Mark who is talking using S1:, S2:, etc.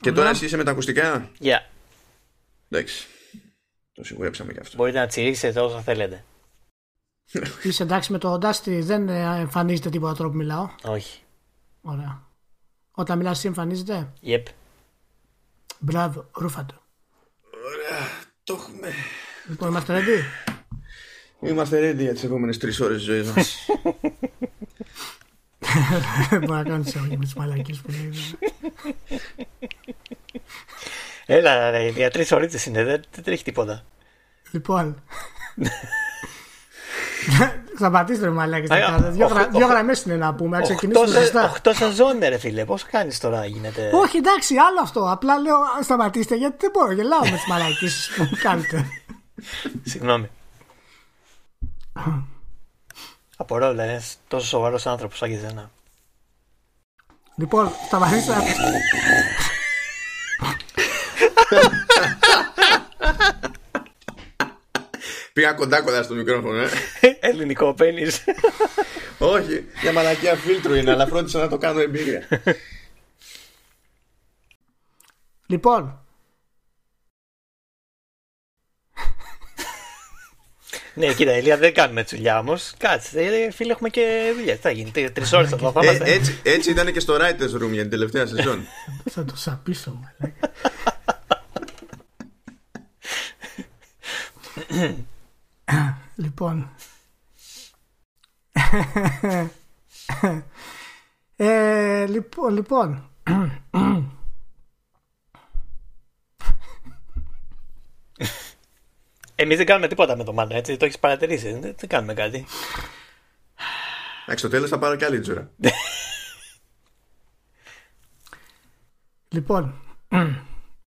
S1: Και τώρα εσύ είσαι με τα ακουστικά.
S2: Γεια.
S1: Εντάξει. Το σιγουρέψαμε κι αυτό.
S2: Μπορείτε να τσιρίξετε όσα θέλετε.
S3: Είσαι εντάξει με το Audacity, δεν ε, εμφανίζεται τίποτα τρόπο που μιλάω.
S2: Όχι.
S3: Ωραία. Όταν μιλάς εσύ εμφανίζεται.
S2: Yep.
S3: Μπράβο, ρούφατο.
S1: Το έχουμε.
S3: Λοιπόν, είμαστε ready.
S1: Είμαστε ready για τις επόμενες τρεις ώρες της ζωής μας.
S3: Μπορεί να κάνεις όλοι με τις μαλακίες που λέει.
S2: Έλα, ρε, για τρει ώρε είναι, δεν, δεν τρέχει τίποτα.
S3: Λοιπόν. Σταματήστε ρε μαλάκες τα
S2: Άγα,
S3: κάνετε. Δύο
S2: οχ-
S3: γρα- Δύο
S2: οχ-
S3: γραμμές είναι να πούμε, να ξεκινήσουμε ζεστά.
S2: Οχτώ σεζόν, ρε φίλε, πώς κάνεις τώρα γίνεται.
S3: Όχι εντάξει, άλλο αυτό. Απλά λέω α, σταματήστε γιατί δεν μπορώ. Γελάω με τις μαλακίες που κάνετε.
S2: Συγγνώμη. Απορώ, δηλαδή, ένας τόσο σοβαρός άνθρωπος σαν και εσένα.
S3: Λοιπόν, σταματήστε.
S1: Πήγα κοντά κοντά στο μικρόφωνο, ε.
S2: Ελληνικό παίρνει.
S1: Όχι, για μαλακία φίλτρου είναι, αλλά φρόντισα να το κάνω εμπειρία.
S3: Λοιπόν,
S2: ναι, κοίτα, Ηλία, δεν κάνουμε τσουλιά όμως. Κάτσε, ρε, φίλε, έχουμε και δουλειά. Τι Θα γίνει, τρεις ώρες θα το
S1: Ε,
S2: φάμε.
S1: έτσι, έτσι ήταν και στο Writers Room για την τελευταία σεζόν.
S3: θα το σαπίσω μαλάκα. λοιπόν. ε, λοιπόν, λοιπόν.
S2: Εμείς δεν κάνουμε τίποτα με το μάνα, έτσι. Το έχεις παρατηρήσει. Δεν, δεν κάνουμε κάτι.
S1: Εντάξει, στο τέλος θα πάρω κι άλλη τζούρα.
S3: Λοιπόν.